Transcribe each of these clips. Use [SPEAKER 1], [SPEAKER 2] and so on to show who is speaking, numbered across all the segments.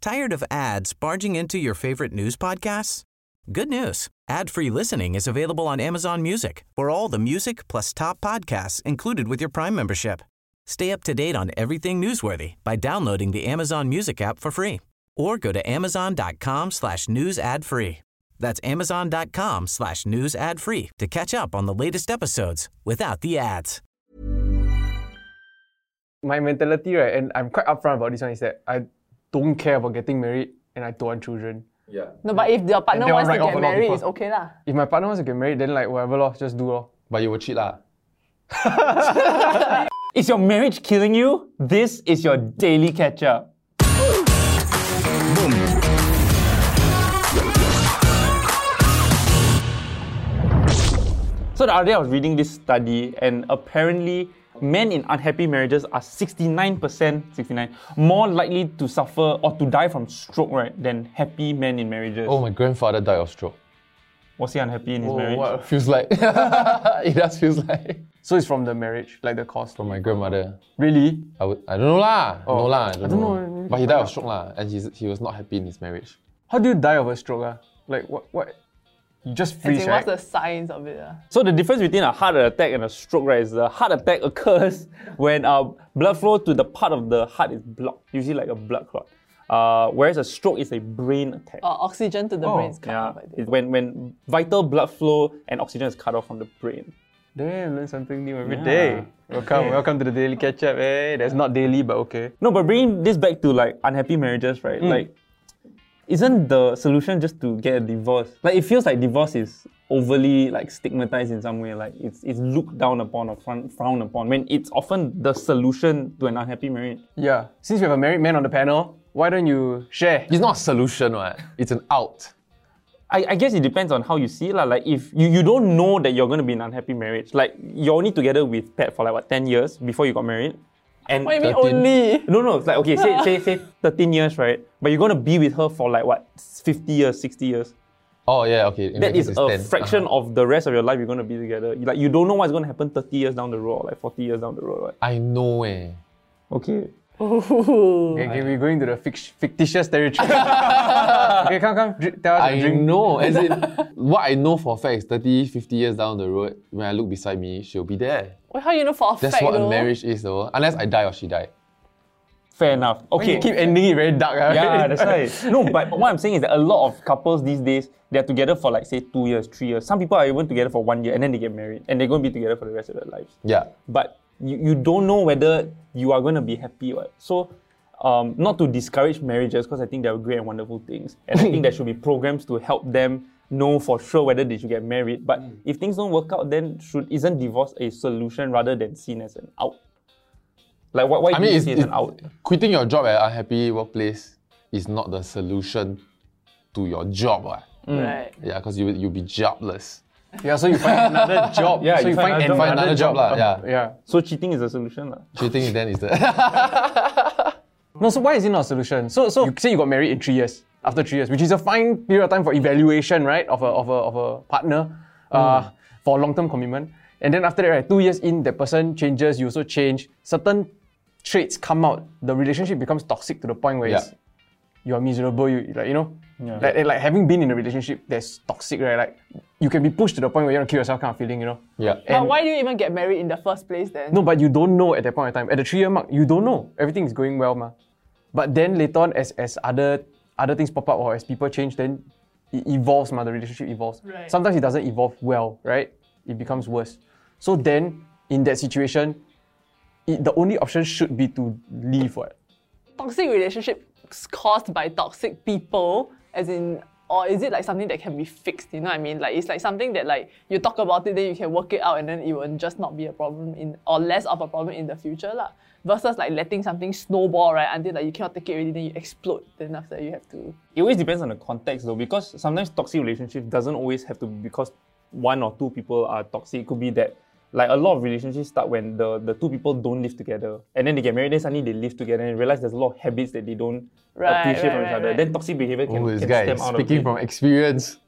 [SPEAKER 1] Tired of ads barging into your favorite news podcasts? Good news. Ad-free listening is available on Amazon Music for all the music plus top podcasts included with your Prime membership. Stay up to date on everything newsworthy by downloading the Amazon Music app for free or go to amazon.com slash news ad free. That's amazon.com slash news ad free to catch up on the latest episodes without the ads.
[SPEAKER 2] my mentality, right, and I'm quite upfront about this one, is that I don't care about getting married and I don't want children.
[SPEAKER 3] Yeah.
[SPEAKER 4] No, but if your partner
[SPEAKER 2] that
[SPEAKER 4] wants to
[SPEAKER 2] one write off
[SPEAKER 4] get
[SPEAKER 2] a lot of
[SPEAKER 4] married,
[SPEAKER 2] people.
[SPEAKER 4] it's okay lah.
[SPEAKER 2] If my partner wants to get married, then like whatever, lor, just do lor.
[SPEAKER 3] But you will cheat lah.
[SPEAKER 5] Is your marriage killing you? This is your daily catch up. So the other day I was reading this study, and apparently men in unhappy marriages are 69% 69 more likely to suffer or to die from stroke right than happy men in marriages.
[SPEAKER 3] Oh, my grandfather died of stroke. Oh,
[SPEAKER 5] Was he unhappy in his marriage?
[SPEAKER 3] Feels like. it does feels like.
[SPEAKER 2] So it's from the marriage, like the cost.
[SPEAKER 3] From my grandmother.
[SPEAKER 2] Really?
[SPEAKER 3] I, would, I don't know lah. No lah. I don't, know.
[SPEAKER 2] know.
[SPEAKER 3] But he died of stroke lah, and he's, he was not happy in his marriage.
[SPEAKER 2] How do you die of a stroke? Ah? Like what? What? You just
[SPEAKER 4] As
[SPEAKER 2] freeze,
[SPEAKER 4] in,
[SPEAKER 2] right?
[SPEAKER 4] what's the signs of it? ah?
[SPEAKER 5] So the difference between a heart attack and a stroke, right, is the heart attack occurs when uh, blood flow to the part of the heart is blocked, usually like a blood clot. Uh, whereas a stroke is a brain attack.
[SPEAKER 4] Or oxygen to the
[SPEAKER 2] Oh.
[SPEAKER 4] brain is cut
[SPEAKER 5] Yeah,
[SPEAKER 4] off, I think.
[SPEAKER 5] it's when when vital blood flow and oxygen is cut off from the brain.
[SPEAKER 2] Damn, learn something new every
[SPEAKER 5] Yeah.
[SPEAKER 2] day. Welcome, welcome to the daily catch up. Hey, that's not daily, but okay.
[SPEAKER 5] No, but bringing this back to like unhappy marriages, right? Like, isn't the solution just to get a divorce? Like, it feels like divorce is overly like stigmatized in some way. Like, it's it's looked down upon or frown, frowned upon when it's often the solution to an unhappy marriage.
[SPEAKER 2] Yeah. Since we have a married man on the panel, why don't you share?
[SPEAKER 3] It's not a solution, right? It's an out.
[SPEAKER 5] I, I guess it depends on how you see it. lah. Like if you, you don't know that you're going to be in an unhappy marriage, like you're only together with Pat for like what, 10 years before you got married? And
[SPEAKER 4] What do you mean
[SPEAKER 3] 13.
[SPEAKER 4] only?
[SPEAKER 5] No, no, it's like okay, say, say, say 13 years, right? But you're going to be with her for like what, 50 years, 60 years.
[SPEAKER 3] Oh, yeah, okay. in my
[SPEAKER 5] That
[SPEAKER 3] case
[SPEAKER 5] is
[SPEAKER 3] it's
[SPEAKER 5] a
[SPEAKER 3] 10.
[SPEAKER 5] fraction
[SPEAKER 3] Uh-huh.
[SPEAKER 5] of the rest of your life you're going to be together. Like you don't know what's going to happen 30 years down the road or like 40 years down the road, right?
[SPEAKER 3] I know, eh.
[SPEAKER 5] Okay.
[SPEAKER 4] Ooh.
[SPEAKER 2] Okay, okay, we're going to the fict- fictitious territory. okay, come, come. Dr- tell us
[SPEAKER 3] I
[SPEAKER 2] your dream.
[SPEAKER 3] know. As in, what I know for a fact is 30, 50 years down the road, when I look beside me, she'll be there.
[SPEAKER 4] Well, how you know for a
[SPEAKER 3] That's
[SPEAKER 4] fact
[SPEAKER 3] what
[SPEAKER 4] though?
[SPEAKER 3] a marriage is, though. Unless I die or she died.
[SPEAKER 5] Fair enough. Okay.
[SPEAKER 2] You keep ending it very dark. ah.
[SPEAKER 5] Yeah, that's right. No, but what I'm saying is that a lot of couples these days, they're together for like, say, two years, three years. Some people are even together for one year and then they get married and they're going to be together for the rest of their lives.
[SPEAKER 3] Yeah.
[SPEAKER 5] But you, you don't know whether you are going to be happy or so. Um, not to discourage marriages because I think they're great and wonderful things. And I think there should be programs to help them know for sure whether they should get married. But
[SPEAKER 3] Mm.
[SPEAKER 5] if things don't work out, then should isn't divorce a solution rather than seen as an out? Like why, why
[SPEAKER 3] I
[SPEAKER 5] do
[SPEAKER 3] mean,
[SPEAKER 5] you
[SPEAKER 3] it's,
[SPEAKER 5] see it as
[SPEAKER 3] it's,
[SPEAKER 5] an out?
[SPEAKER 3] quitting your job at an unhappy workplace is not the solution to your job. ah.
[SPEAKER 4] Right.
[SPEAKER 3] Yeah, because you, you'll be jobless.
[SPEAKER 2] Yeah, so you find another job.
[SPEAKER 5] Yeah,
[SPEAKER 2] so you, find, another,
[SPEAKER 3] Find another job. lah. yeah.
[SPEAKER 2] Yeah.
[SPEAKER 5] So cheating is a solution. lah.
[SPEAKER 3] Cheating then is the.
[SPEAKER 2] No, so why is it not a solution? So, so you say you got married in three years, after three years, which is a fine period of time for evaluation, right, of a, of a, of a partner uh, for long term commitment. And then after that, right, two years in, that person changes, you also change. Certain traits come out, the relationship becomes toxic to the point where it's,
[SPEAKER 3] Yeah.
[SPEAKER 2] you're miserable, you like, you know? Like, like having been in a relationship that's toxic, right? Like you can be pushed to the point where you want to kill yourself kind of feeling, you know?
[SPEAKER 3] Yeah.
[SPEAKER 4] But why do you even get married in the first place then?
[SPEAKER 2] No, but you don't know at that point in time. At the three-year mark, you don't know. Everything is going well, ma. But then later on, as as other other things pop up or as people change, then it evolves, ma. The relationship evolves.
[SPEAKER 4] Right.
[SPEAKER 2] Sometimes it doesn't evolve well, right? It becomes worse. So then, in that situation, it, the only option should be to leave, what?
[SPEAKER 4] Toxic relationships caused by toxic people, as in, or is it like something that can be fixed? You know what I mean? Like it's like something that like you talk about it, then you can work it out, and then it will just not be a problem in or less of a problem in the future, lah. Versus like letting something snowball right until like you cannot take it already, then you explode. Then after you have to.
[SPEAKER 5] It always depends on the context though, because sometimes toxic relationship doesn't always have to be because one or two people are toxic. It could be that like a lot of relationships start when the, the two people don't live together. And then they get married, then suddenly they live together and realize there's a lot of habits that they don't
[SPEAKER 4] Right,
[SPEAKER 5] appreciate
[SPEAKER 4] right,
[SPEAKER 5] from each
[SPEAKER 4] right,
[SPEAKER 5] other.
[SPEAKER 4] right.
[SPEAKER 5] Then toxic behavior can,
[SPEAKER 3] Oh, this
[SPEAKER 5] can
[SPEAKER 3] guy
[SPEAKER 5] stem
[SPEAKER 3] is
[SPEAKER 5] out
[SPEAKER 3] speaking
[SPEAKER 5] of it.
[SPEAKER 3] from experience.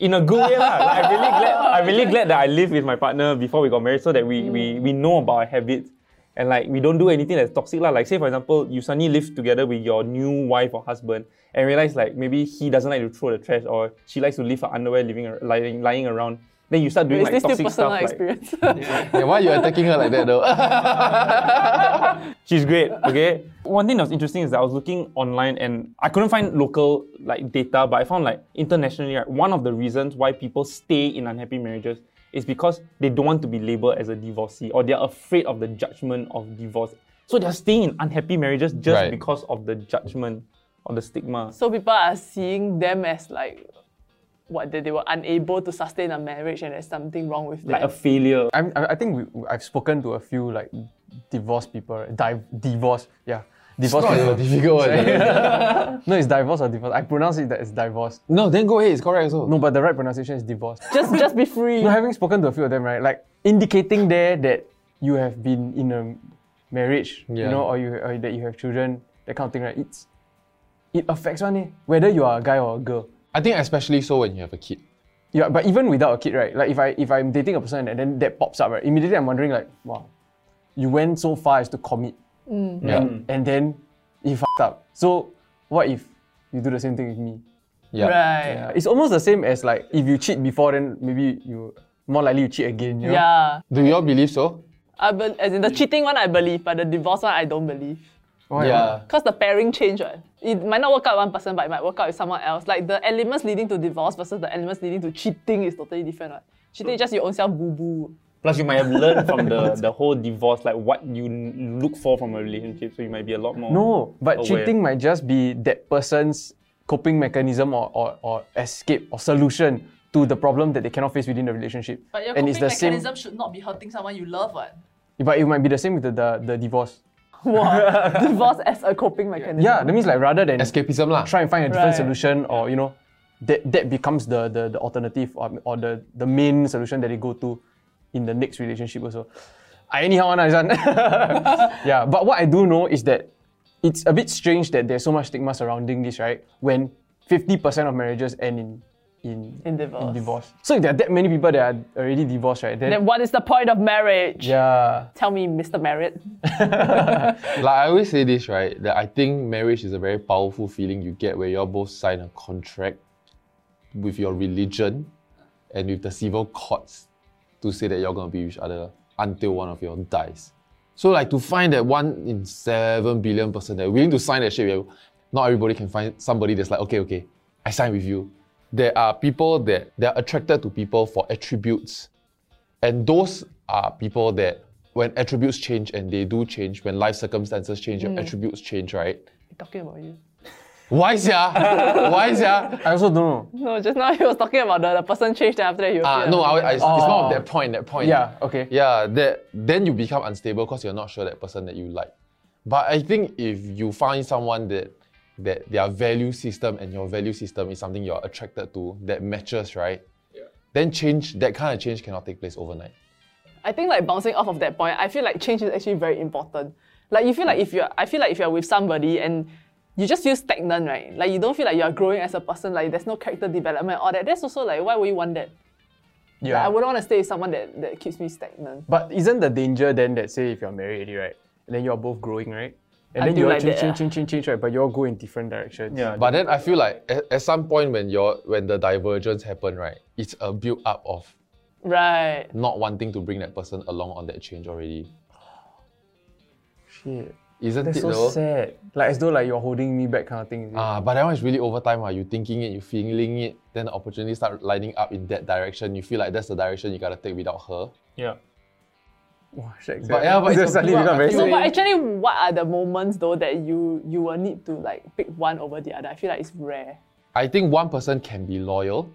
[SPEAKER 5] in a good way. lah. Like, I'm
[SPEAKER 4] Mm.
[SPEAKER 5] really glad I'm really glad that I lived with my partner before we got married so that we, we, we know about our habits and like we don't do anything that's toxic lah. Like say for example, you suddenly live together with your new wife or husband and realize like maybe he doesn't like to throw the trash or she likes to leave her underwear living ar- lying, lying around. Then you start doing
[SPEAKER 4] Is
[SPEAKER 5] like
[SPEAKER 4] this still
[SPEAKER 5] toxic
[SPEAKER 4] personal
[SPEAKER 5] stuff. Like,
[SPEAKER 4] experience?
[SPEAKER 3] Yeah, why are you attacking her like that though?
[SPEAKER 5] She's great, okay? One thing that was interesting is that I was looking online and I couldn't find local like data, but I found like internationally, right, one of the reasons why people stay in unhappy marriages is because they don't want to be labeled as a divorcee or they're afraid of the judgment of divorce. So they're staying in unhappy marriages just
[SPEAKER 3] Right.
[SPEAKER 5] because of the judgment or the stigma.
[SPEAKER 4] so people are seeing them as like what that they were unable to sustain a marriage and there's something wrong with
[SPEAKER 5] Like
[SPEAKER 4] them.
[SPEAKER 5] a failure.
[SPEAKER 2] I'm, I I think we, I've spoken to a few like divorced people, right? Div- divorce, yeah. Divorce
[SPEAKER 3] Not a
[SPEAKER 2] people.
[SPEAKER 3] difficult one.
[SPEAKER 2] No, it's divorce or divorce. I pronounce it that it's divorce.
[SPEAKER 3] no, then go ahead. It's correct also.
[SPEAKER 2] No, but the right pronunciation is divorce.
[SPEAKER 4] just just be free.
[SPEAKER 2] No, having spoken to a few of them, right? Like indicating there that you have been in a marriage, you
[SPEAKER 3] Yeah.
[SPEAKER 2] know, or you or that you have children, that kind of thing, right? It's it affects one, eh? whether you are a guy or a girl.
[SPEAKER 3] I think especially so when you have a kid.
[SPEAKER 2] Yeah, but even without a kid, right? Like if I if I'm dating a person and then that pops up, right? Immediately I'm wondering like, wow, you went so far as to commit,
[SPEAKER 3] Yeah.
[SPEAKER 5] Mm.
[SPEAKER 2] and then you fucked up. So what if you do the same thing with me?
[SPEAKER 3] Yeah.
[SPEAKER 4] Right.
[SPEAKER 2] Yeah, It's almost the same as like if you cheat before, then maybe you more likely you cheat again. You know?
[SPEAKER 4] Yeah.
[SPEAKER 3] Do you all believe so?
[SPEAKER 4] I be- as in the cheating one I believe, but the divorce one I don't believe.
[SPEAKER 2] Why?
[SPEAKER 4] Because the pairing change, right? It might not work out with one person, but it might work out with someone else. Like the elements leading to divorce versus the elements leading to cheating is totally different, right? Cheating is just your own self boo boo.
[SPEAKER 5] Plus, you might have learned from the, the whole divorce, like what you n- look for from a relationship. So you might be a lot more.
[SPEAKER 2] No, but
[SPEAKER 5] aware.
[SPEAKER 2] cheating might just be that person's coping mechanism or, or, or escape or solution to the problem that they cannot face within the relationship. and it's the same.
[SPEAKER 4] should not be hurting someone you love, right?
[SPEAKER 2] But it might be the same with the, the, the divorce.
[SPEAKER 4] What? divorce as a coping mechanism.
[SPEAKER 2] Yeah, that means like rather than
[SPEAKER 3] Escapism lah.
[SPEAKER 2] try and find a different
[SPEAKER 4] Right.
[SPEAKER 2] solution or you know, that that becomes the the, the alternative or, or the, the main solution that they go to in the next relationship also. I anyhow want this one. yeah, but what I do know is that it's a bit strange that there's so much stigma surrounding this, right? When 50% of marriages end in in,
[SPEAKER 4] In divorce.
[SPEAKER 2] divorce. So if there are that many people that are already divorced, right? Then,
[SPEAKER 4] Then what is the point of marriage?
[SPEAKER 2] yeah.
[SPEAKER 4] Tell me, Mr. Marriott.
[SPEAKER 3] Like I always say this, right? That I think marriage is a very powerful feeling you get where you all both sign a contract with your religion and with the civil courts to say that you're gonna be with each other until one of you all dies. So like to find that one in seven billion person that willing to sign that shit, where not everybody can find somebody that's like, okay, okay, I sign with you. There are people that they're attracted to people for attributes and those are people that when attributes change and they do change, when life circumstances change, your attributes change, right?
[SPEAKER 4] talking about you.
[SPEAKER 3] Why yeah? Why yeah?
[SPEAKER 2] I also don't know.
[SPEAKER 4] No, just now he was talking about the, the person changed, then after that you
[SPEAKER 3] Ah,
[SPEAKER 4] feel
[SPEAKER 3] no,
[SPEAKER 4] like-
[SPEAKER 3] I, I, it's more of that point, that point.
[SPEAKER 2] Oh. Yeah, okay.
[SPEAKER 3] Yeah, that then you become unstable because you're not sure that person that you like. But I think if you find someone that that their value system and your value system is something you're attracted to that matches, right? Then change that kind of change cannot take place overnight.
[SPEAKER 4] I think like bouncing off of that point, I feel like change is actually very important. Like you feel like if you're, I feel like if you're with somebody and you just feel stagnant, right? Like you don't feel like you're growing as a person. Like there's no character development, all that. That's also like why would you want that?
[SPEAKER 2] Yeah.
[SPEAKER 4] Like, I wouldn't want to stay with someone that, that keeps me stagnant.
[SPEAKER 2] But isn't the danger then that say if you're married already, right? And then you're both growing, right? And then
[SPEAKER 4] Until
[SPEAKER 2] you all
[SPEAKER 4] like
[SPEAKER 2] change,
[SPEAKER 4] that,
[SPEAKER 2] change,
[SPEAKER 4] ah.
[SPEAKER 2] change, change, change, right? But you all go in different directions.
[SPEAKER 5] Yeah.
[SPEAKER 3] But then I feel like at, at some point when you're when the divergence happen, right, it's a build up of
[SPEAKER 4] Right.
[SPEAKER 3] not wanting to bring that person along on that change already.
[SPEAKER 2] Shit.
[SPEAKER 3] Isn't
[SPEAKER 2] That's
[SPEAKER 3] it
[SPEAKER 2] so
[SPEAKER 3] though?
[SPEAKER 2] sad. Like as though like you're holding me back kind of thing. is it?
[SPEAKER 3] Ah, but that one is really over time. Are you thinking it, you feeling it, then the opportunity start lining up in that direction. You feel like that's the direction you gotta take without her.
[SPEAKER 5] Yeah.
[SPEAKER 2] Wow, shit,
[SPEAKER 3] But yeah, but it's
[SPEAKER 2] Just
[SPEAKER 3] a
[SPEAKER 2] suddenly become
[SPEAKER 3] build-up. I
[SPEAKER 2] very
[SPEAKER 3] feel
[SPEAKER 4] No,
[SPEAKER 2] sad.
[SPEAKER 4] but actually, what are the moments though that you you will need to like pick one over the other? I feel like it's rare.
[SPEAKER 3] I think one person can be loyal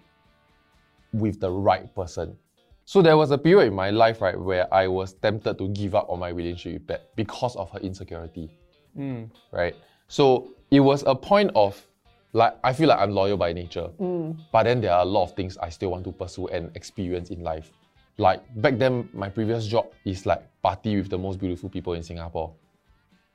[SPEAKER 3] with the right person. So there was a period in my life, right, where I was tempted to give up on my relationship with Pat because of her insecurity. Right? So it was a point of like I feel like I'm loyal by nature. But then there are a lot of things I still want to pursue and experience in life. Like back then, my previous job is like party with the most beautiful people in Singapore.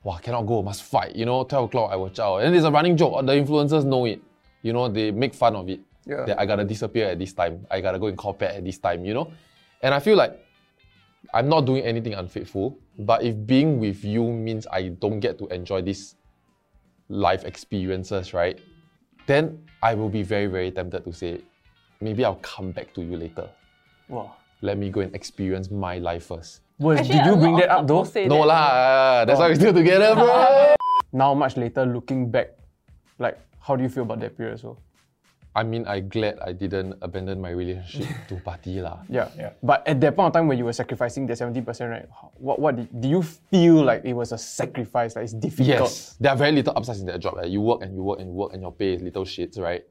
[SPEAKER 3] Wow, cannot go, must fight. You know, 12 o'clock I watch out. And it's a running joke. The influencers know it. You know, they make fun of it.
[SPEAKER 2] Yeah.
[SPEAKER 3] That I gotta disappear at this time. I gotta go and call Pat at this time, you know? And I feel like I'm not doing anything unfaithful, but if being with you means I don't get to enjoy these life experiences, right? Then I will be very, very tempted to say, maybe I'll come back to you later.
[SPEAKER 5] Wow.
[SPEAKER 3] Let me go and experience my life first.
[SPEAKER 2] Was,
[SPEAKER 4] Actually,
[SPEAKER 2] did
[SPEAKER 4] a
[SPEAKER 2] you bring
[SPEAKER 4] lot
[SPEAKER 2] that
[SPEAKER 4] of
[SPEAKER 2] up though?
[SPEAKER 4] couples say
[SPEAKER 3] No
[SPEAKER 4] that.
[SPEAKER 3] lah, that's why we're still together, bro.
[SPEAKER 2] Now, much later, looking back, like, how do you feel about that period as well?
[SPEAKER 3] I mean, I glad I didn't abandon my relationship to party lah.
[SPEAKER 2] Yeah. But at that point of time when you were sacrificing the 70%, right? how- What, what did, do you feel like it was a sacrifice? Like it's difficult?
[SPEAKER 3] Yes, there are very little upsides in that job. eh. You work and you work and you work and your pay is little shits, right?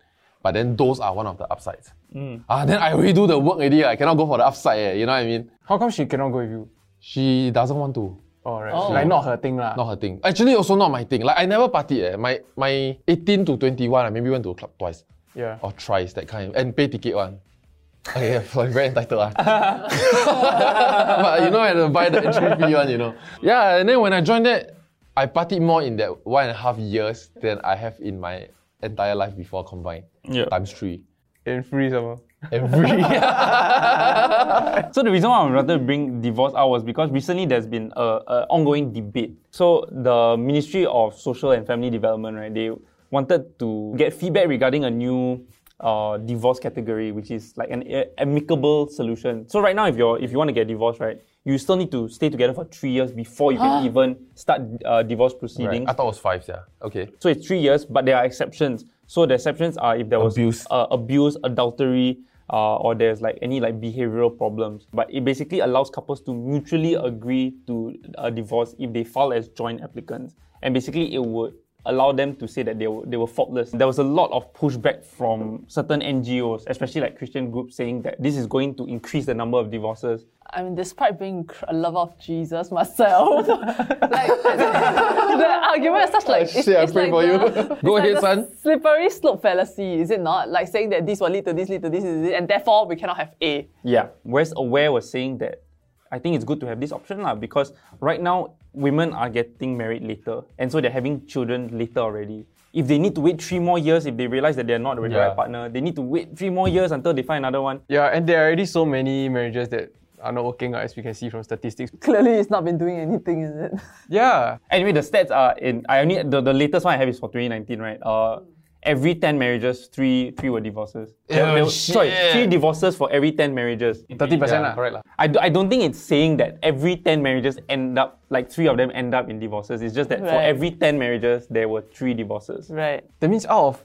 [SPEAKER 3] But then those are one of the upsides.
[SPEAKER 4] Mm.
[SPEAKER 3] Ah, then I already do the work already. I cannot go for the upside. eh, You know what I mean?
[SPEAKER 2] How come she cannot go with you?
[SPEAKER 3] She doesn't want to.
[SPEAKER 2] Oh, right. Like not her thing lah.
[SPEAKER 3] Not her thing. Actually, also not my thing. Like I never party. Eh. My my 18 to 21, I maybe went to a club twice
[SPEAKER 2] Yeah.
[SPEAKER 3] or thrice that kind. And pay ticket one. Okay, yeah, like very entitled. ah. but you know, I had to buy the entry fee one. You know. Yeah, and then when I joined that, I partied more in that one and a half years than I have in my entire life before combined.
[SPEAKER 5] Yeah.
[SPEAKER 3] Times three.
[SPEAKER 2] And ah. free somehow.
[SPEAKER 3] Every.
[SPEAKER 5] So the reason why I wanted to bring divorce out was because recently there's been a, a ongoing debate. So the Ministry of Social and Family Development, right? They wanted to get feedback regarding a new uh, divorce category, which is like an a- amicable solution. So right now, if you're if you want to get divorced, right, you still need to stay together for three years before you can even start uh, divorce
[SPEAKER 3] Right,
[SPEAKER 5] proceedings.
[SPEAKER 3] I thought it was five, yeah. Okay.
[SPEAKER 5] So it's three years, but there are exceptions. So the exceptions are if there was
[SPEAKER 3] Abuse.
[SPEAKER 5] uh, abuse, adultery, uh, or there's like any like behavioral problems. But it basically allows couples to mutually agree to a divorce if they file as joint applicants, and basically it would allow them to say that they were, they were faultless. There was a lot of pushback from certain NGOs, especially like Christian groups, saying that this is going to increase the number of divorces.
[SPEAKER 4] I mean, despite being cr- a lover of Jesus myself, like the argument is such like it's,
[SPEAKER 3] shit, I
[SPEAKER 4] it's like
[SPEAKER 3] pray for you.
[SPEAKER 4] the- it's
[SPEAKER 3] Go ahead,
[SPEAKER 4] the
[SPEAKER 3] son.
[SPEAKER 4] Slippery slope fallacy, is it not? Like saying that this will lead to this, lead to this, lead to this, and therefore we cannot have A.
[SPEAKER 5] Yeah. Whereas Aware was saying that I think it's good to have this option lah because right now women are getting married later and so they're having children later already. If they need to wait three more years, if they realize that they're not with the
[SPEAKER 3] Yeah.
[SPEAKER 5] right partner, they need to wait three more years until they find another one.
[SPEAKER 2] Yeah, and there are already so many marriages that are not working out as we can see from statistics.
[SPEAKER 4] Clearly, it's not been doing anything, is it?
[SPEAKER 2] Yeah.
[SPEAKER 5] Anyway, the stats are in. I only the, the latest one I have is for 2019, right? Uh, every 10 marriages, three three were divorces. There-
[SPEAKER 3] Oh,
[SPEAKER 5] there were- Sorry,
[SPEAKER 3] shit.
[SPEAKER 5] three divorces for every 10 marriages.
[SPEAKER 2] 30% lah.
[SPEAKER 3] Yeah, correct lah.
[SPEAKER 5] I, do, I don't think it's saying that every 10 marriages end up, like three of them end up in divorces. It's just that for
[SPEAKER 4] Right.
[SPEAKER 5] every 10 marriages, there were three divorces.
[SPEAKER 4] Right.
[SPEAKER 2] That means out of,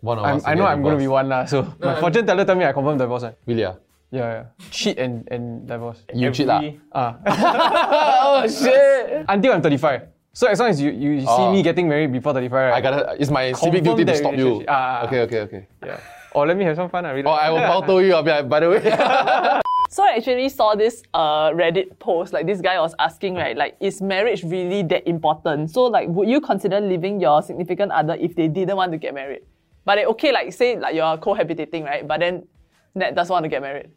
[SPEAKER 3] One of
[SPEAKER 2] I'm,
[SPEAKER 3] us.
[SPEAKER 2] I know I'm going to be one lah. So my fortune teller tell me I confirm divorce. one.
[SPEAKER 3] Really, ah?
[SPEAKER 2] Yeah, yeah. Cheat and, and divorce.
[SPEAKER 3] You cheat ah? lah.
[SPEAKER 5] Every- uh,
[SPEAKER 2] oh, shit. Until I'm 35. So as long as you, you see
[SPEAKER 3] Oh.
[SPEAKER 2] me getting married before 35, right?
[SPEAKER 3] I gotta. It's my civic
[SPEAKER 2] Confirm
[SPEAKER 3] duty to
[SPEAKER 2] that
[SPEAKER 3] stop you.
[SPEAKER 2] relationship. Ah, ah,
[SPEAKER 3] okay, okay, okay.
[SPEAKER 2] Yeah. Or let me have some fun. I really
[SPEAKER 3] Oh, I will bow to you. I'll be like, by the way.
[SPEAKER 4] So I actually saw this uh, Reddit post. Like this guy was asking, right? Like, is marriage really that important? So like, would you consider leaving your significant other if they didn't want to get married? But they, okay, like say like you're cohabitating, right? But then Nat doesn't want to get married.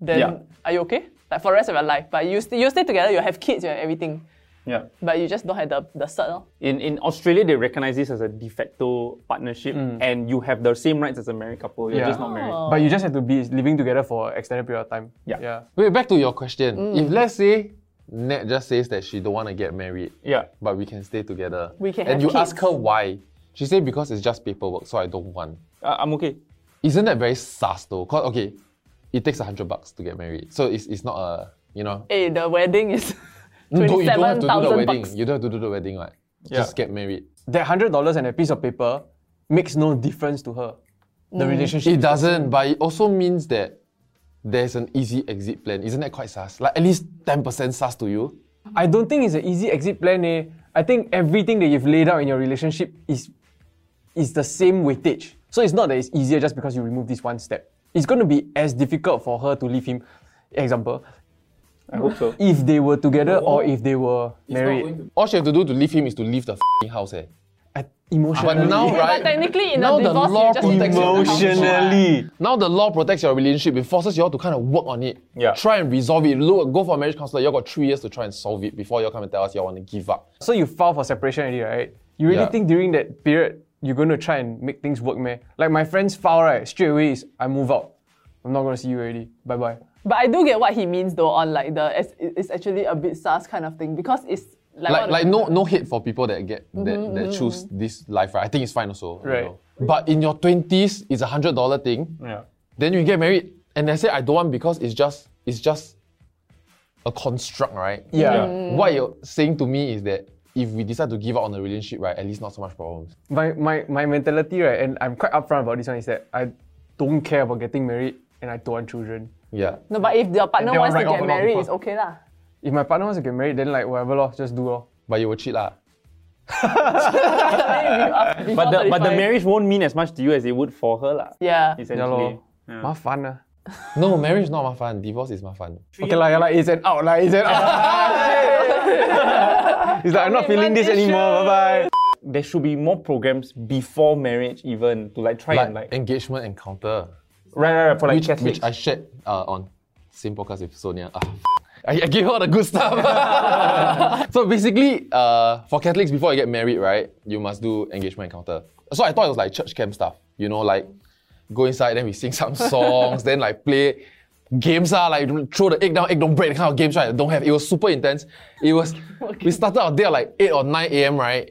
[SPEAKER 4] Then
[SPEAKER 5] Yeah.
[SPEAKER 4] are you okay? Like for the rest of your life, but you st- you stay together, you have kids, you have everything,
[SPEAKER 5] Yeah.
[SPEAKER 4] but you just don't have the the cert. lor.
[SPEAKER 5] In, in Australia, they recognize this as a de facto partnership
[SPEAKER 3] Mm.
[SPEAKER 5] and you have the same rights as a married couple. You're
[SPEAKER 2] Yeah.
[SPEAKER 5] just
[SPEAKER 4] Oh.
[SPEAKER 5] not married.
[SPEAKER 2] But you just have to be living together for extended period of time.
[SPEAKER 5] Yeah.
[SPEAKER 2] Yeah.
[SPEAKER 3] Wait, back to your question.
[SPEAKER 4] Mm.
[SPEAKER 3] If let's say Nat just says that she don't want to get married,
[SPEAKER 5] Yeah.
[SPEAKER 3] but we can stay together.
[SPEAKER 4] We can have
[SPEAKER 3] And you
[SPEAKER 4] kids.
[SPEAKER 3] ask her why, she said because it's just paperwork, so I don't want.
[SPEAKER 5] Uh, I'm okay.
[SPEAKER 3] Isn't that very sus though? 'Cause, okay, it takes a hundred bucks to get married, so it's it's not a you know.
[SPEAKER 4] Hey, the wedding is
[SPEAKER 3] No, you don't
[SPEAKER 4] twenty-seven
[SPEAKER 3] have to do the
[SPEAKER 4] thousand
[SPEAKER 3] wedding.
[SPEAKER 4] bucks.
[SPEAKER 3] You don't have to do the wedding, right? Just get married.
[SPEAKER 2] That hundred dollars and a piece of paper makes no difference to her. The relationship.
[SPEAKER 3] It doesn't, but it also means that there's an easy exit plan. Isn't that quite sus? Like at least ten percent sus to you.
[SPEAKER 2] I don't think it's an easy exit plan. Eh. I think everything that you've laid out in your relationship is is the same weightage. So it's not that it's easier just because you remove this one step. It's going to be as difficult for her to leave him. Example,
[SPEAKER 5] I hope so.
[SPEAKER 2] if they were together or if they were married.
[SPEAKER 3] All she have to do to leave him is to leave the f***ing house. Eh.
[SPEAKER 2] I, emotionally.
[SPEAKER 3] But now,
[SPEAKER 4] But
[SPEAKER 3] right?
[SPEAKER 4] technically, in
[SPEAKER 3] now
[SPEAKER 4] a divorce,
[SPEAKER 3] the law
[SPEAKER 4] you just
[SPEAKER 3] protects your
[SPEAKER 4] emotion.
[SPEAKER 3] relationship. Now the law protects your relationship. It forces you all to kind of work on it.
[SPEAKER 5] Yeah.
[SPEAKER 3] Try and resolve it. Look, go for a marriage counselor. You got three years to try and solve it before you all come and tell us you want to give up.
[SPEAKER 2] So you file for separation already, right? You really
[SPEAKER 3] Yeah.
[SPEAKER 2] think during that period you're going to try and make things work, man? Like my friends file right straight away is I move out. I'm not gonna see you already. Bye bye.
[SPEAKER 4] But I do get what he means though on like the it's, it's actually a bit sus kind of thing because it's like Mm-hmm,
[SPEAKER 3] like
[SPEAKER 4] what-
[SPEAKER 3] like no no hate for people that get that, that choose this life right. I think it's fine also. you
[SPEAKER 2] Right.
[SPEAKER 3] know. But in your twenties, it's a hundred dollar thing.
[SPEAKER 5] Yeah.
[SPEAKER 3] Then you get married, and I say I don't want because it's just it's just a construct, right?
[SPEAKER 2] Yeah.
[SPEAKER 4] Mm.
[SPEAKER 3] What you're saying to me is that if we decide to give up on the relationship, right, at least not so much problems.
[SPEAKER 2] My, my my mentality, right, and I'm quite upfront about this one, is that I don't care about getting married and I don't want children.
[SPEAKER 3] Yeah.
[SPEAKER 4] no, but if your partner
[SPEAKER 2] they will
[SPEAKER 4] wants to
[SPEAKER 2] write off a
[SPEAKER 4] get
[SPEAKER 2] lot of
[SPEAKER 4] married,
[SPEAKER 2] people.
[SPEAKER 4] it's okay lah.
[SPEAKER 2] If my partner wants to get married, then like whatever lor, just do lor.
[SPEAKER 3] But you will cheat lah.
[SPEAKER 5] But the, but the
[SPEAKER 4] 35.
[SPEAKER 5] marriage won't mean as much to you as it would for her, lah.
[SPEAKER 4] Yeah.
[SPEAKER 2] Yeah
[SPEAKER 5] Essentially.
[SPEAKER 2] lor. Mafan lah.
[SPEAKER 3] No, marriage is not my fun. Divorce is my fun.
[SPEAKER 2] Okay lah, yeah lah, it's an out lah, it's an out. it's like I'm not feeling this anymore. Bye bye.
[SPEAKER 5] There should be more programs before marriage, even to like try
[SPEAKER 3] Like,
[SPEAKER 5] and like
[SPEAKER 3] engagement encounter,
[SPEAKER 5] right, right, right for like
[SPEAKER 3] which,
[SPEAKER 5] Catholics.
[SPEAKER 3] which I shared uh, on same podcast with Sonia. Ah, I, I gave her all the good stuff. so basically, uh, for Catholics, before you get married, right, you must do engagement encounter. So I thought it was like church camp stuff. You know, like go inside, then we sing some songs, then like play games, ah, like throw the egg down, egg don't break, that kind of games, right? Don't have. It was super intense. It was, we started our day at like 8 or 9 a.m., right?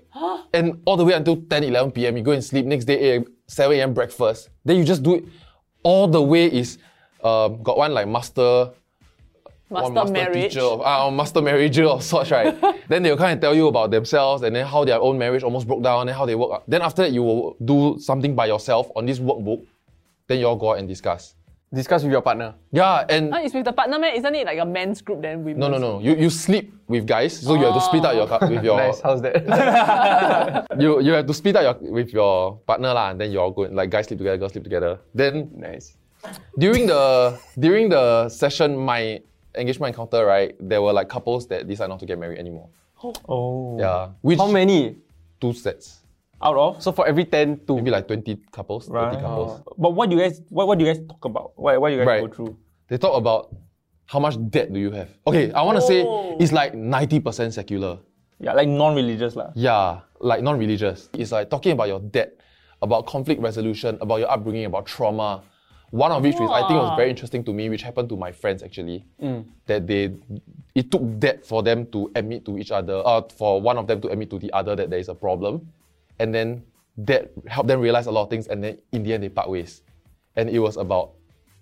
[SPEAKER 3] and all the way until 10, 11 p.m., you go and sleep. Next day, eh, 8 a.m., 7 a.m. breakfast. Then you just do it. All the way is, um, got one like master
[SPEAKER 5] "Oh,
[SPEAKER 4] Master,
[SPEAKER 3] one master
[SPEAKER 4] marriage.
[SPEAKER 3] teacher of, uh, or master marriager of sorts, right? then they'll kind of tell you about themselves and then how their own marriage almost broke down and how they work. out. Then after that, you will do something by yourself on this workbook. Then you all go out and discuss.
[SPEAKER 2] Discuss with your partner.
[SPEAKER 3] Yeah, and
[SPEAKER 4] Ah, it's with the partner man, isn't it like a men's group then women?
[SPEAKER 3] no, no, no. You you sleep with guys, so you have to split up your cu- with your
[SPEAKER 2] Nice, how's that?
[SPEAKER 3] you you have to split up your with your partner lah, and then you all go like guys sleep together, girls sleep together. Then
[SPEAKER 2] nice.
[SPEAKER 3] during the during the session, my engagement encounter, right, there were like couples that decide not to get married anymore.
[SPEAKER 5] oh.
[SPEAKER 3] Yeah, which
[SPEAKER 2] How many?
[SPEAKER 3] two sets.
[SPEAKER 5] Out of
[SPEAKER 2] So for every 10 to
[SPEAKER 3] maybe like 20 couples, 30 couples.
[SPEAKER 5] But what do you guys what, what do you guys talk about? What what do you guys
[SPEAKER 3] Right.
[SPEAKER 5] go through?
[SPEAKER 3] They talk about how much debt do you have? Okay, I want to say it's like 90% secular.
[SPEAKER 5] Yeah, like non-religious lah.
[SPEAKER 3] Yeah, like non-religious. It's like talking about your debt, about conflict resolution, about your upbringing, about trauma. One of which which I think was very interesting to me, which happened to my friends actually, that they it took debt for them to admit to each other, uh, for one of them to admit to the other that there is a problem, and then that helped them realize a lot of things, and then in the end they part ways, and it was about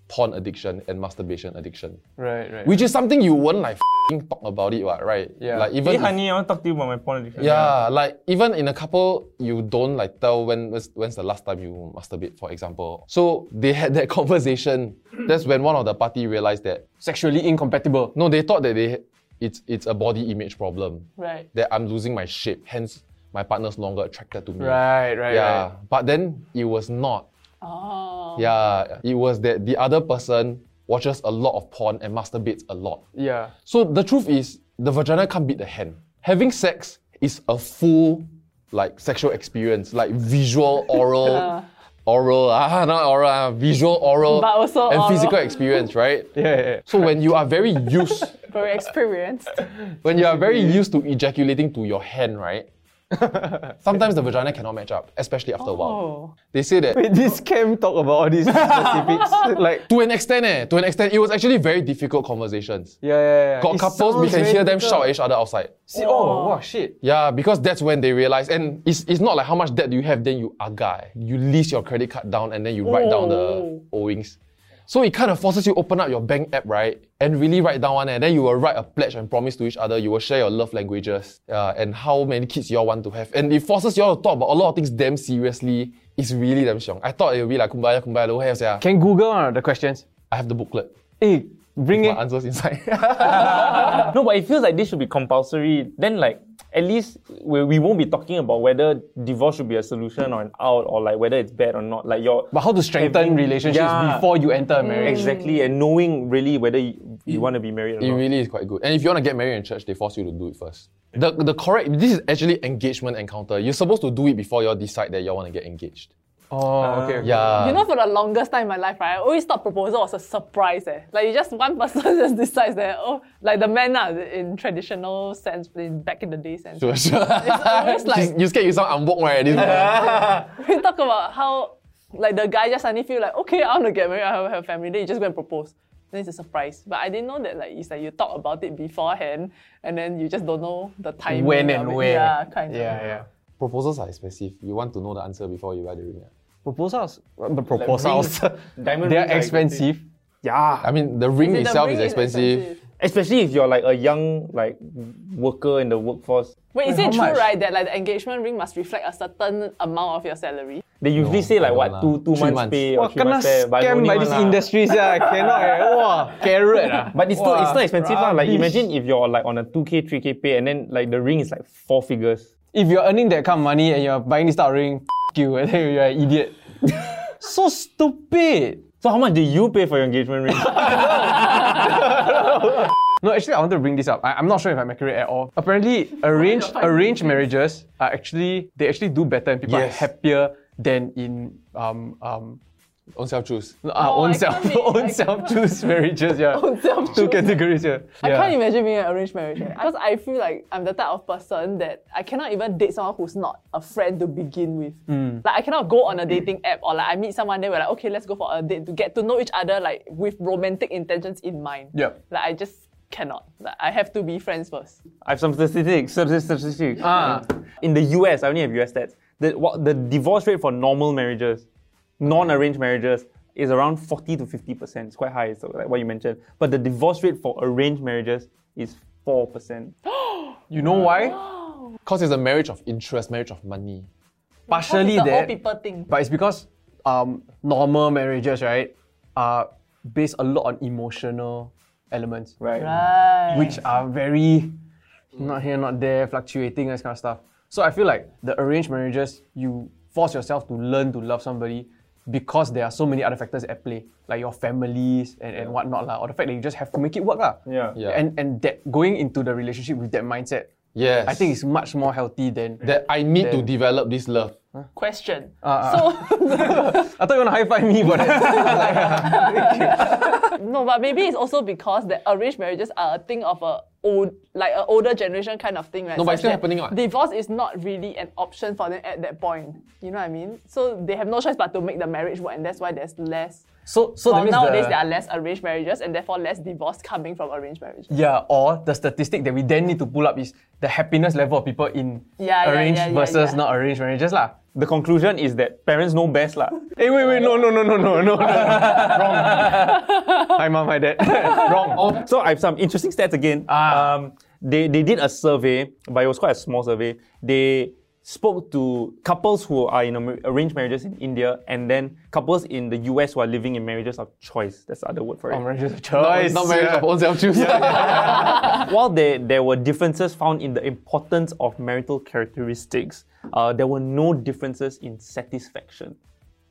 [SPEAKER 3] porn addiction and masturbation addiction,
[SPEAKER 2] Right, right.
[SPEAKER 3] which is something you won't like fing talk about it, what, right?
[SPEAKER 2] Yeah.
[SPEAKER 3] Like even
[SPEAKER 5] Hey
[SPEAKER 3] if-
[SPEAKER 5] honey, I want to talk to you about my porn addiction.
[SPEAKER 3] yeah, like even in a couple, you don't like tell when when's, when's the last time you masturbate, for example. So they had that conversation. That's when one of the party realized that
[SPEAKER 2] Sexually incompatible.
[SPEAKER 3] no, they thought that they it's it's a body image problem.
[SPEAKER 4] Right.
[SPEAKER 3] That I'm losing my shape, hence my partner's no longer attracted to me.
[SPEAKER 2] Right, right,
[SPEAKER 3] Yeah.
[SPEAKER 2] right.
[SPEAKER 3] But then it was not.
[SPEAKER 4] Oh.
[SPEAKER 3] Yeah. It was that the other person watches a lot of porn and masturbates a lot.
[SPEAKER 2] Yeah.
[SPEAKER 3] So the truth is, the vagina can't beat the hand. Having sex is a full, like sexual experience, like visual, oral, oral, ah, not oral, ah, visual, oral,
[SPEAKER 4] But also
[SPEAKER 3] and
[SPEAKER 4] oral.
[SPEAKER 3] physical experience, right?
[SPEAKER 2] Yeah, yeah, yeah.
[SPEAKER 3] So when you are very used,
[SPEAKER 4] Very experienced.
[SPEAKER 3] when you are very used to ejaculating to your hand, right? Sometimes the vagina cannot match up, especially after a while.
[SPEAKER 4] Oh.
[SPEAKER 3] They say that
[SPEAKER 2] Wait, this cam talk about all these specifics. like,
[SPEAKER 3] to an extent, eh, to an extent, it was actually very difficult conversations.
[SPEAKER 2] yeah, yeah, yeah.
[SPEAKER 3] Got
[SPEAKER 2] It
[SPEAKER 3] couples, we
[SPEAKER 2] sounds
[SPEAKER 3] can
[SPEAKER 2] very
[SPEAKER 3] hear them
[SPEAKER 2] difficult.
[SPEAKER 3] shout at each other outside.
[SPEAKER 2] See, oh, wow, shit.
[SPEAKER 3] Yeah, because that's when they realize, and it's, it's not like how much debt do you have, then you agar. You list your credit card down and then you write down the owings. So it kind of forces you open up your bank app, right? And really write down one, and then you will write a pledge and promise to each other. You will share your love languages uh, and how many kids you all want to have. And it forces you all to talk about a lot of things damn seriously. It's really damn strong. I thought it would be like kumbaya kumbaya low hairs, yeah.
[SPEAKER 2] Can Google uh, the questions?
[SPEAKER 3] I have the booklet.
[SPEAKER 2] Hey, Eh, bring
[SPEAKER 3] My
[SPEAKER 2] it.
[SPEAKER 3] answers inside.
[SPEAKER 5] No, but it feels like this should be compulsory. Then like at least we, we won't be talking about whether divorce should be a solution or an out or like whether it's bad or not. Like your
[SPEAKER 2] But how to strengthen
[SPEAKER 5] Every-
[SPEAKER 2] relationships
[SPEAKER 5] Yeah.
[SPEAKER 2] before you enter a marriage?
[SPEAKER 5] exactly and knowing really whether you, you want to be married or
[SPEAKER 3] It
[SPEAKER 5] not.
[SPEAKER 3] really is quite good. And if you want to get married in church, they force you to do it first. The, the correct, this is actually engagement encounter. You're supposed to do it before you all decide that you want to get engaged.
[SPEAKER 2] Oh, okay. okay.
[SPEAKER 3] Yeah.
[SPEAKER 4] You know, for the longest time in my life, right, I always thought proposal was a surprise. Eh. Like, you just, one person just decides that, oh, like the men are in traditional sense, in back in the day sense.
[SPEAKER 3] sure, sure.
[SPEAKER 4] always like-
[SPEAKER 3] you scared you sound unwoke right at this moment.
[SPEAKER 4] We talk about how like the guy just suddenly feel like, okay, I want to get married, I have, have a family, then you just go and propose. Then it's a surprise. But I didn't know that like it's like you talk about it beforehand and then you just don't know the timing.
[SPEAKER 2] When
[SPEAKER 4] of
[SPEAKER 2] and
[SPEAKER 4] it.
[SPEAKER 2] where.
[SPEAKER 4] Yeah, kind of.
[SPEAKER 2] Yeah, yeah.
[SPEAKER 3] Proposals are expensive. You want to know the answer before you buy the ring. ah.
[SPEAKER 2] Proposals. The proposals.
[SPEAKER 5] Diamond
[SPEAKER 2] They're
[SPEAKER 5] rings are
[SPEAKER 2] expensive.
[SPEAKER 5] Yeah.
[SPEAKER 3] I mean, the ring
[SPEAKER 4] See, the
[SPEAKER 3] itself
[SPEAKER 4] ring
[SPEAKER 3] is expensive.
[SPEAKER 5] Especially if you're like a young like worker in the workforce.
[SPEAKER 4] Wait, is it
[SPEAKER 2] how
[SPEAKER 4] true,
[SPEAKER 2] much?
[SPEAKER 4] right, that like the engagement ring must reflect a certain amount of your salary?
[SPEAKER 5] They usually
[SPEAKER 3] No,
[SPEAKER 5] say like
[SPEAKER 3] I
[SPEAKER 5] what
[SPEAKER 3] don't
[SPEAKER 5] two two
[SPEAKER 3] lah. Three
[SPEAKER 5] months,
[SPEAKER 3] months.
[SPEAKER 5] pay
[SPEAKER 2] Wah,
[SPEAKER 5] or three
[SPEAKER 2] kena
[SPEAKER 5] months pay. but
[SPEAKER 2] scam
[SPEAKER 5] only
[SPEAKER 2] by
[SPEAKER 5] one
[SPEAKER 2] this
[SPEAKER 5] lah.
[SPEAKER 2] industry, yeah. Cannot, eh. Wah, carrot, ah.
[SPEAKER 5] But it's not it's not
[SPEAKER 2] Wah,
[SPEAKER 5] expensive lah. Like
[SPEAKER 2] rubbish.
[SPEAKER 5] imagine if you're like on a two k three k pay and then like the ring is like four figures.
[SPEAKER 2] if you're earning that kind of money and you're buying this type of ring, f- you, I think you're an idiot. so stupid.
[SPEAKER 5] So how much did you pay for your engagement ring?
[SPEAKER 2] No, actually, I want to bring this up. I, I'm not sure if I'm accurate at all. Apparently, arranged
[SPEAKER 4] finding
[SPEAKER 2] arranged marriages are actually they actually do better and people are
[SPEAKER 3] Yes.
[SPEAKER 2] happier than in um um
[SPEAKER 3] Own self choose.
[SPEAKER 2] our
[SPEAKER 4] Oh, I
[SPEAKER 2] own
[SPEAKER 4] can't
[SPEAKER 2] self
[SPEAKER 4] be- I
[SPEAKER 2] own
[SPEAKER 4] can't-
[SPEAKER 2] self choose marriages. Yeah,
[SPEAKER 4] Own self
[SPEAKER 2] two
[SPEAKER 4] choose.
[SPEAKER 2] categories. Yeah,
[SPEAKER 4] I
[SPEAKER 2] Yeah. Mm.
[SPEAKER 4] can't imagine being an arranged marriage eh. because I feel like I'm the type of person that I cannot even date someone who's not a friend to begin with.
[SPEAKER 2] Mm.
[SPEAKER 4] Like I cannot go on a dating app or like I meet someone then we're like okay let's go for a date to get to know each other like with romantic intentions in mind.
[SPEAKER 2] Yep.
[SPEAKER 4] Like I just cannot. Like I have to be friends first.
[SPEAKER 5] I have some statistics. Some statistics.
[SPEAKER 2] Ah.
[SPEAKER 5] In the US, I only have US stats. The, what, the divorce rate for normal marriages, non-arranged marriages, is around 40 to 50 percent. It's quite high, so like what you mentioned. But the divorce rate for arranged marriages is four percent.
[SPEAKER 2] You know why?
[SPEAKER 3] Because it's a marriage of interest, marriage of money.
[SPEAKER 2] Partially
[SPEAKER 4] Because it's the
[SPEAKER 2] that,
[SPEAKER 4] old people thing.
[SPEAKER 2] but it's because um normal marriages right are based a lot on emotional elements.
[SPEAKER 5] Right.
[SPEAKER 4] Right.
[SPEAKER 2] which are very not here, not there, fluctuating, this kind of stuff. So I feel like the arranged marriages, you force yourself to learn to love somebody because there are so many other factors at play, like your families and, and whatnot, lah, or the fact that you just have to make it work. lah.
[SPEAKER 5] Yeah.
[SPEAKER 3] Yeah.
[SPEAKER 2] And and that going into the relationship with that mindset,
[SPEAKER 3] Yes.
[SPEAKER 2] I think it's much more healthy than
[SPEAKER 3] that I need to
[SPEAKER 2] Then-
[SPEAKER 3] develop this love.
[SPEAKER 4] question.
[SPEAKER 2] Uh,
[SPEAKER 4] so
[SPEAKER 2] I thought you want to high five me for that.
[SPEAKER 4] No, but maybe it's also because the arranged marriages are a thing of a old, like an older generation kind of thing, right?
[SPEAKER 3] No, but it's
[SPEAKER 4] Such
[SPEAKER 3] still
[SPEAKER 4] that
[SPEAKER 3] happening, what?
[SPEAKER 4] Divorce is not really an option for them at that point. You know what I mean? So they have no choice but to make the marriage work, and that's why there's less.
[SPEAKER 2] so so that
[SPEAKER 4] Well,
[SPEAKER 2] means
[SPEAKER 4] nowadays
[SPEAKER 2] the,
[SPEAKER 4] there are less arranged marriages, and therefore less divorce coming from arranged marriages.
[SPEAKER 2] Yeah, or the statistic that we then need to pull up is the happiness level of people in
[SPEAKER 4] Yeah, yeah,
[SPEAKER 2] arranged
[SPEAKER 4] yeah, yeah,
[SPEAKER 2] versus
[SPEAKER 4] yeah.
[SPEAKER 2] not arranged marriages. lah.
[SPEAKER 5] The conclusion is that parents know best lah.
[SPEAKER 2] Hey, wait, wait, no, no, no, no, no, no, no. Wrong. Hi, mom, hi, dad. Wrong.
[SPEAKER 5] Oh, so I have some interesting stats again. Um, they, they did a survey, but it was quite a small survey. They spoke to couples who are in a- arranged marriages in India and then couples in the US who are living in marriages of choice. That's the other word for it.
[SPEAKER 2] Oh, marriages of choice.
[SPEAKER 3] Not marriage of own self choose.
[SPEAKER 5] While there, there were differences found in the importance of marital characteristics, uh, there were no differences in satisfaction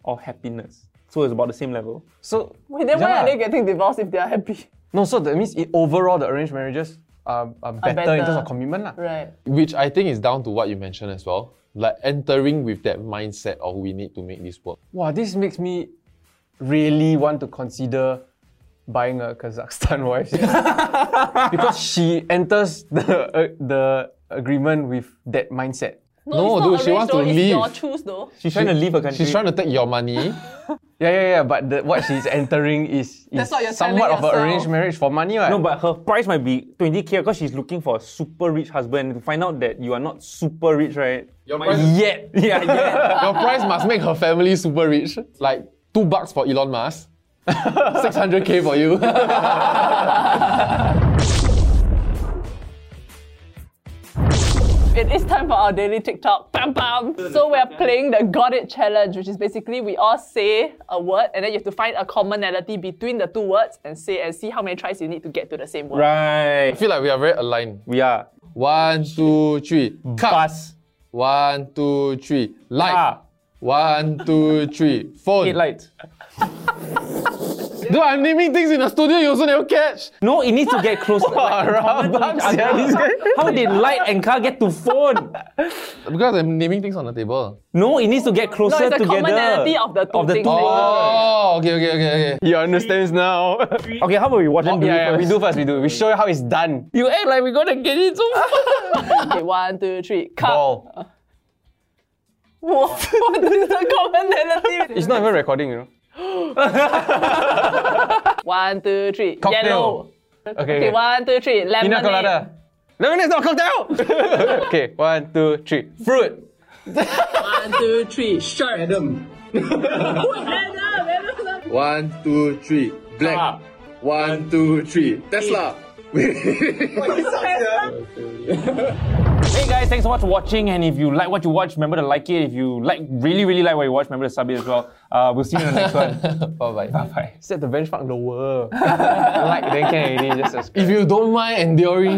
[SPEAKER 5] or happiness. So it's about the same level.
[SPEAKER 2] So,
[SPEAKER 4] Wait, then why
[SPEAKER 2] yeah.
[SPEAKER 4] are they getting divorced if they are happy?
[SPEAKER 2] No, so that means it, overall the arranged marriages are, are, better, in
[SPEAKER 4] better.
[SPEAKER 2] terms of commitment. lah.
[SPEAKER 4] Right.
[SPEAKER 3] Which I think is down to what you mentioned as well. Like entering with that mindset of we need to make this work.
[SPEAKER 2] Wow, this makes me really want to consider buying a Kazakhstan wife. because she enters the, uh, the agreement with that mindset.
[SPEAKER 3] No,
[SPEAKER 4] it's not
[SPEAKER 3] dude, she
[SPEAKER 4] arranged
[SPEAKER 3] wants to
[SPEAKER 4] though, It's your
[SPEAKER 3] leave.
[SPEAKER 4] choose though.
[SPEAKER 5] She's trying to leave her country.
[SPEAKER 3] She's trying to take your money.
[SPEAKER 2] Yeah, yeah, yeah, but the, what she's entering is, is
[SPEAKER 4] That's what you're telling
[SPEAKER 2] somewhat of an
[SPEAKER 4] yourself.
[SPEAKER 2] arranged marriage for money. Right?
[SPEAKER 5] No, but her price might be 20k because she's looking for a super rich husband. To find out that you are not super rich, right?
[SPEAKER 3] your,
[SPEAKER 5] Might-
[SPEAKER 3] price,
[SPEAKER 5] Yet. Yeah, yeah.
[SPEAKER 3] your price must make her family super rich. Like two bucks for Elon Musk. 600k for you.
[SPEAKER 4] It is time for our daily TikTok. Bam bam. So we're playing the Got It Challenge, which is basically we all say a word and then you have to find a commonality between the two words and say and see how many tries you need to get to the same word.
[SPEAKER 5] right.
[SPEAKER 3] I feel like we are very aligned.
[SPEAKER 5] We are.
[SPEAKER 3] One, two, three. Cup.
[SPEAKER 5] Bus.
[SPEAKER 3] One, two, three. Light.
[SPEAKER 5] Ah.
[SPEAKER 3] One, two, three. Phone.
[SPEAKER 5] Eight light.
[SPEAKER 3] Dude, I'm naming things in the studio, you also never catch.
[SPEAKER 5] No, it needs to get closer. like, common to each
[SPEAKER 2] yeah,
[SPEAKER 5] other.
[SPEAKER 2] this guy.
[SPEAKER 5] How did light and car get to phone?
[SPEAKER 3] Because I'm naming things on the table.
[SPEAKER 5] No, it needs to get closer
[SPEAKER 4] No, it's a
[SPEAKER 5] together.
[SPEAKER 4] commonality of the two
[SPEAKER 5] Of the
[SPEAKER 4] things.
[SPEAKER 5] two.
[SPEAKER 3] Oh, okay, okay, okay, okay.
[SPEAKER 2] He understands now.
[SPEAKER 5] Okay, how about we watch and do it
[SPEAKER 2] yeah, yeah,
[SPEAKER 5] first?
[SPEAKER 2] we do first, we do. We show you how it's done.
[SPEAKER 5] You act like we're gonna get it so fast.
[SPEAKER 4] Okay, one, two, three. Cup.
[SPEAKER 2] Ball.
[SPEAKER 4] What, what is the commonality? between
[SPEAKER 2] It's not even recording, you know.
[SPEAKER 4] One, two, three.
[SPEAKER 2] Cocktail.
[SPEAKER 4] Yellow. Okay, one, two, three.
[SPEAKER 2] Pina
[SPEAKER 4] Lemonade.
[SPEAKER 2] colada. Lemonade is not a cocktail. okay, one, two, three. Fruit.
[SPEAKER 4] One, two, three. Shark. Adam. Adam. Adam.
[SPEAKER 6] One, two, three.
[SPEAKER 2] Ah.
[SPEAKER 6] Black. One, two, three. Tesla.
[SPEAKER 5] Hey guys, thanks so much for watching. And if you like what you watch, remember to like it. If you like really, really like what you watch, remember to sub it as well. Uh, we'll see you in the next one.
[SPEAKER 3] Bye bye.
[SPEAKER 5] Bye.
[SPEAKER 2] Set the benchmark lower. like, then can already just subscribe.
[SPEAKER 3] If you don't mind enduring.